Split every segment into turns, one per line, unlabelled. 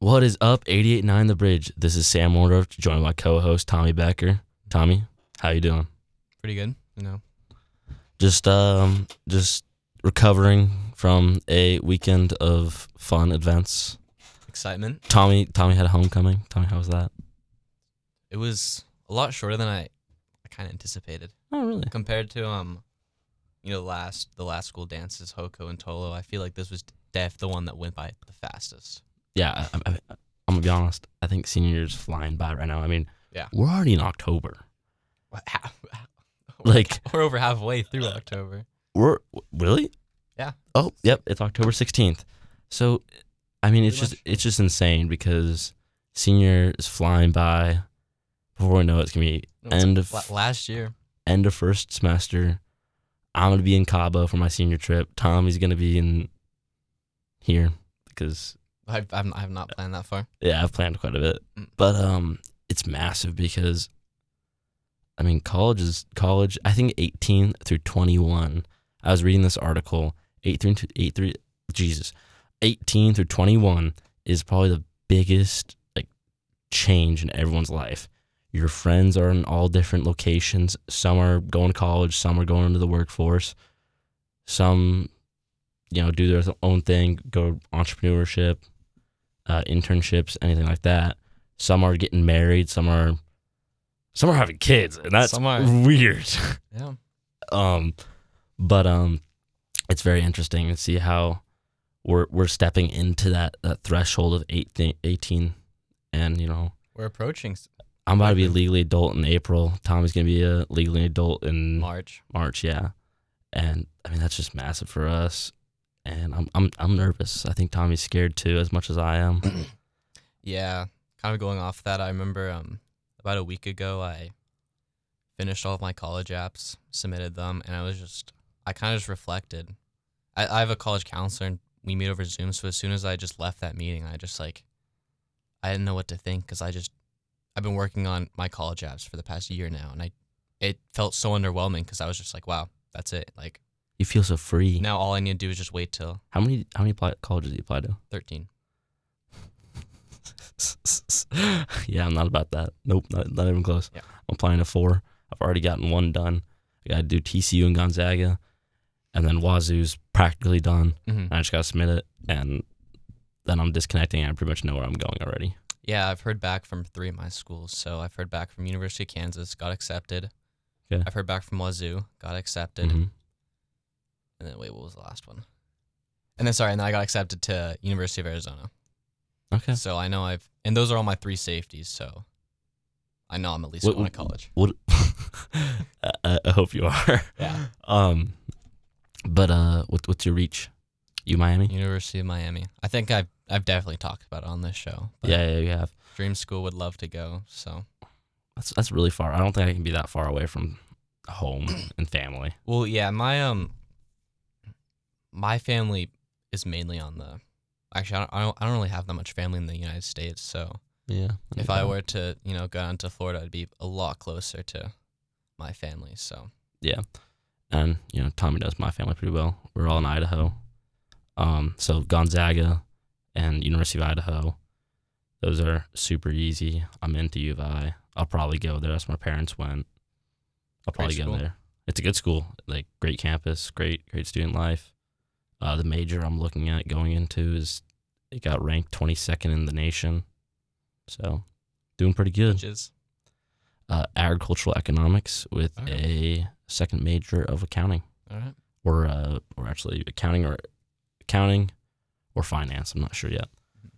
What is up, 889 The Bridge? This is Sam Wardorf, joined by my co-host Tommy Becker. Tommy, how you doing?
Pretty good, you know.
Just um just recovering from a weekend of fun events.
Excitement.
Tommy Tommy had a homecoming. Tommy, how was that?
It was a lot shorter than I, I kind of anticipated
Oh really?
compared to um, you know, last the last school dances Hoko and Tolo. I feel like this was def the one that went by the fastest.
Yeah, I, I, I'm gonna be honest. I think senior year's flying by right now. I mean,
Yeah.
we're already in October.
What- how-
Like
We're over halfway through October.
we're really?
Yeah.
Oh, yep. It's October sixteenth. So, I mean, it's
Pretty
just
much.
it's just insane because senior is flying by. Before we know it, it's gonna be
No, it's
end of
la- last year.
end of first semester. I'm gonna be in Cabo for my senior trip. Tommy's gonna be in here because
I, I'm, I've not planned that far.
yeah, I've planned quite a bit.
Mm.
But um, it's massive because, I mean, college is college. I think 18 through 21. I was reading this article. 18 to 83. Jesus, 18 through 21 is probably the biggest like change in everyone's life. Your friends are in all different locations. Some are going to college. Some are going into the workforce. Some, you know, do their own thing, go entrepreneurship, uh, internships, anything like that. Some are getting married. Some are, some are having kids, and that's
Some are-
weird.
Yeah.
um, but um, it's very interesting to see how we're we're stepping into that, that threshold of 18, 18 and you know
We're approaching s-
I'm about to be a legally adult in April. Tommy's gonna be a legally adult in
March.
March, yeah. And I mean that's just massive for us. And I'm I'm I'm nervous. I think Tommy's scared too, as much as I am.
Yeah, kind of going off that, I remember um, about a week ago I finished all of my college apps, submitted them, and I was just I kind of just reflected. I, I have a college counselor, and we meet over Zoom. So as soon as I just left that meeting, I just like I didn't know what to think because I just I've been working on my college apps for the past year now, and I it felt so underwhelming because I was just like, wow, that's it. Like
you feel so free.
now all I need to do is just wait till
How many how many pli- colleges do you apply to?
thirteen.
yeah, I'm not about that. Nope, not, not even close.
Yeah.
I'm applying to four. I've already gotten one done. I got to do TCU and Gonzaga, and then Wazoo's practically done.
Mm-hmm.
I just got to submit it, and then I'm disconnecting. And I pretty much know where I'm going already.
Yeah, I've heard back from three of my schools. So I've heard back from University of Kansas, got accepted.
Okay.
I've heard back from Wazoo, got accepted.
Mhm.
And then wait, what was the last one? And then sorry, and then I got accepted to University of Arizona.
Okay.
So I know I've and those are all my three safeties. So I know I'm at least
What-
going to college.
What? I, I hope you are.
Yeah,
Um, but uh, what, what's your reach? You Miami?
University of Miami. I think I've I've definitely talked about it on this show. but
Yeah, yeah, you have.
Dream School would love to go. So
That's that's really far. I don't think I can be that far away from home and family.
Well, yeah, my um, my family is mainly on the. Actually, I don't, I don't, I don't really have that much family in the United States. So
Yeah.
if I were to, you know, go down to Florida, I'd be a lot closer to my family. So
and you know Tommy knows my family pretty well. We're all in Idaho, um, so Gonzaga and University of Idaho, those are super easy. I'm into U of I. I'll probably go there. That's where my parents went. I'll probably
Great
go
school.
there. It's a good school, like great campus, great great student life. Uh, the major I'm looking at going into is it got ranked 22nd in the nation, so doing pretty good
which is
uh, agricultural economics with
Alright.
a second major of accounting,
all right.
or uh, or actually accounting or accounting or finance. I'm not sure yet.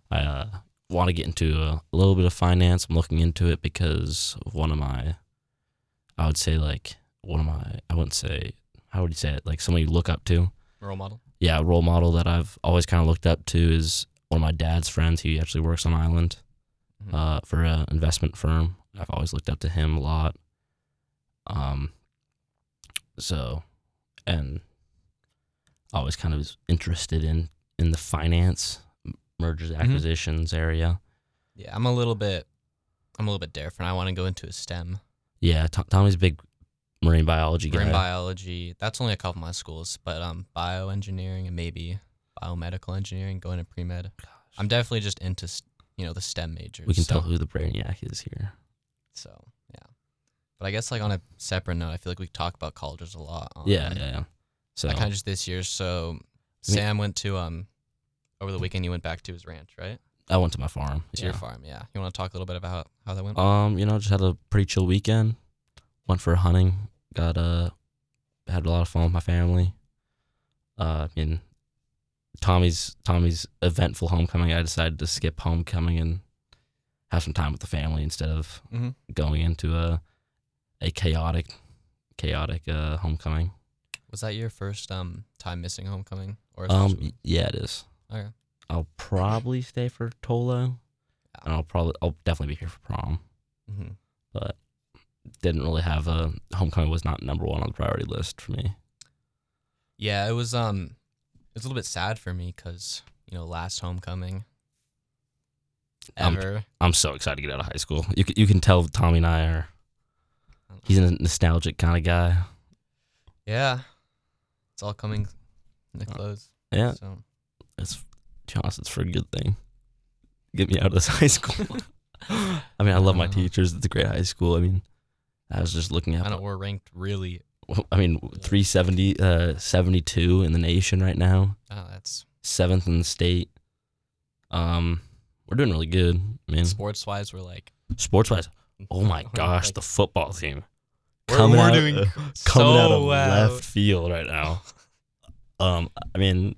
I uh, want to get into a little bit of finance. I'm looking into it because of one of my, I would say like one of my, I wouldn't say how would you say it like someone you look up to
Role model.
yeah, a role model that I've always kind of looked up to is one of my dad's friends. He actually works on Island
Mhm.
uh, for an investment firm. I've always looked up to him a lot. Um, so, and always kind of was interested in in the finance m- mergers
Mm-hmm.
acquisitions area.
Yeah, I'm a little bit, I'm a little bit different. I want to go into a STEM,
Yeah, Tom, Tommy's a big marine biology guy.
marine biology. That's only a couple of my schools, but um, bioengineering and maybe biomedical engineering, going to pre med. I'm definitely just into, s- you know the STEM majors.
We can
so,
tell who the brainiac is here.
So yeah, but I guess like on a separate note, I feel like we talk about colleges a lot. On,
Yeah, yeah, yeah. So
Like kind of just this year. So Sam went to um over the weekend. You went back to his ranch, right?
I went to my farm.
To
yeah.
your farm. Yeah. You want to talk a little bit about how, how that went?
Um, you know, just had a pretty chill weekend. Went for hunting. Got uh, had a lot of fun with my family. Uh, I mean, Tommy's Tommy's eventful homecoming. I decided to skip homecoming and have some time with the family instead of
mm-hmm.
going into a a chaotic chaotic uh homecoming.
Was that your first um time missing homecoming or is
Um,
this
y-
one?
yeah, it is.
Okay.
I'll probably stay for Tolo, and I'll probably I'll definitely be here for prom.
Mhm.
but didn't really have a homecoming was not number one on the priority list for me.
Yeah, it was um it's a little bit sad for me cuz you know last homecoming
Um,
ever
I'm so excited to get out of high school. You c- you can tell Tommy and I are. He's a nostalgic kind of guy.
yeah. It's all coming to close.
Uh, Yeah,
So
it's to be honest, it's for a good thing. Get me out of this high school. I mean, I love my
Uh.
teachers. It's a great high school. I mean, I was just looking
I
at.
know we're ranked really
I mean, 370, uh, 72 in the nation right now.
oh, that's
Seventh in the state. Um, we're doing really good. I mean,
sports wise we're like
sports wise, Oh my
we're
gosh,
like-
the football team
we're,
coming
we're
out-
doing
uh, coming
so
out of
well.
left field right now. Um, I mean,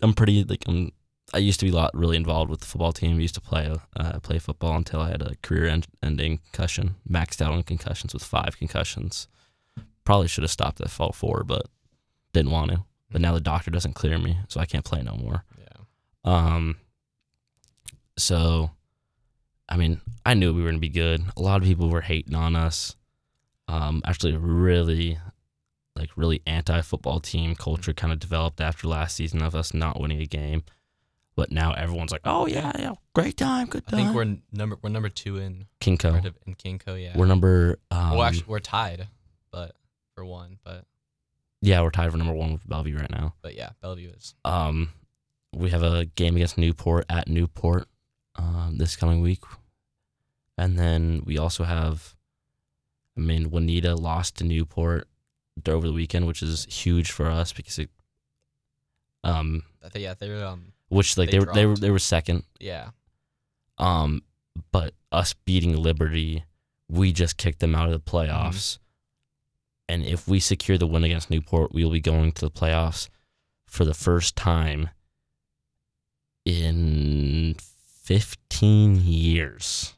I'm pretty like I'm. I used to be a lot really involved with the football team. I used to play uh, play football until I had a career-ending concussion. Maxed out on concussions with five concussions. Probably should have stopped at fall four, but didn't want to.
Hmm.
But now the doctor doesn't clear me, so I can't play no more.
Yeah.
Um, so, I mean, I knew we were going to be good. A lot of people were hating on us. Um, actually, really, like, really anti football team culture kind of developed after last season of us not winning a game. But now everyone's like, oh, yeah, yeah, great time, good
I
time.
think we're n- number we're number 2 in
Kinko.
part of- in Kinko, yeah.
We're number. Um,
well, actually we're tied, but for one, but
yeah, we're tied for number one with Bellevue right now.
but yeah, Bellevue is.
Um, we have a game against Newport at Newport um, this coming week, and then we also have. I mean, Juanita lost to Newport dur- over the weekend, which is huge for us because it, um,
I think yeah, they're um
which like
They
they were, they were
dropped.
they were second,
yeah.
um, but us beating Liberty, we just kicked them out of the playoffs. And if we secure the win against Newport, we will be going to the playoffs for the first time in 15 years.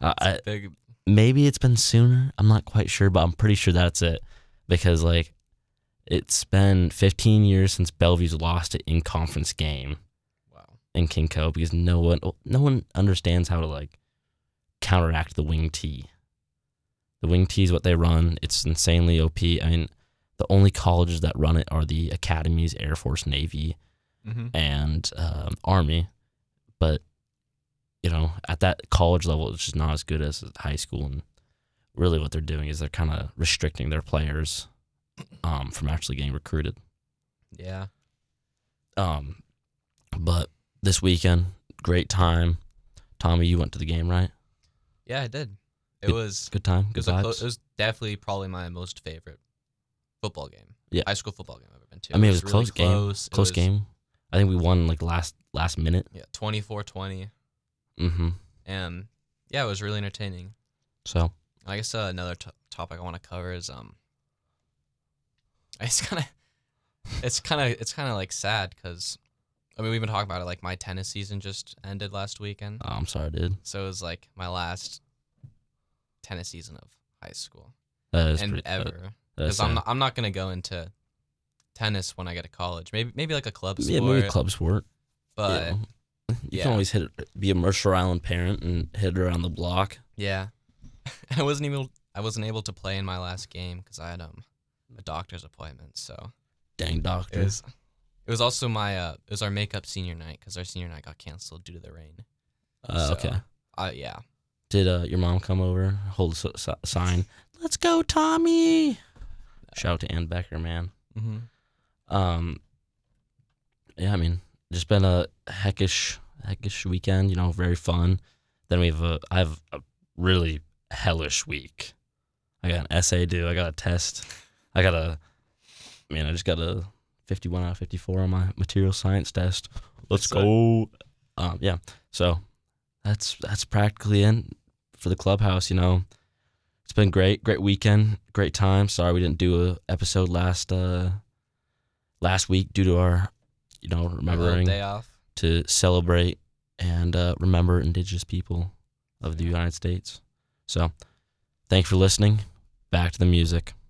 Uh, I,
Big
maybe it's been sooner. I'm not quite sure, but I'm pretty sure that's it because like it's been 15 years since Bellevue's lost it in conference game
wow.
and King Co because no one no one understands how to like counteract the wing T. The wing T is what they run. It's insanely OP. I mean, the only colleges that run it are the academies, Air Force, Navy,
Mm-hmm.
and um, Army. But you know, at that college level, it's just not as good as high school. And really, what they're doing is they're kind of restricting their players um, from actually getting recruited.
Yeah.
Um, but this weekend, great time. Tommy, you went to the game, right?
Yeah, I did. It
Good-
was
Good time,
it
good
was, a
vibes.
clo- it was definitely probably my most favorite football game.
Yeah.
High school football game I've ever been to.
I mean, it was a close game.
close. It
Close
was,
game. I think we won like last last minute.
Yeah, 24-20
Mm-hmm.
and yeah, it was really entertaining.
So
I guess uh, another to topic I want to cover is um it's kind of it's kind of it's kind of like sad cuz I mean, we've been talking about it like my tennis season just ended last weekend.
oh, I'm sorry, dude.
So it was like my last tennis season of high school
That is
and
pretty, that-
ever.
that is
Because I'm
sad.
not, I'm not gonna go into tennis when I get to college. Maybe maybe like a club sport.
yeah, maybe club sport.
But
you know. you
yeah.
can always hit it, be a Mercer Island parent and hit it around the block.
yeah, I wasn't able I wasn't able to play in my last game because I had um a doctor's appointment. So
Dang
it
doctors.
was it was also my uh it was our makeup senior night because our senior night got canceled due to the rain.
Uh,
so-
Okay.
Uh yeah
Did uh, your mom come over? Hold a s- s- sign. Let's go, Tommy. Shout out to Ann Becker, man.
mm-hmm.
Um, yeah, I mean, just been a heckish, heckish weekend, you know, very fun. Then we have a, I have a really hellish week. I got an essay due. I got a test. I got a, man, I just got a 51 out of 54 on my material science test. Let's
That's it.
go. Um, yeah. So that's, that's practically in for the clubhouse, you know. It's been great, great weekend, great time. Sorry we didn't do a episode last uh last week due to our you know,
My little
remembering
day off.
to celebrate and uh, remember indigenous people of the United States. So, thank you for listening. Back to the music.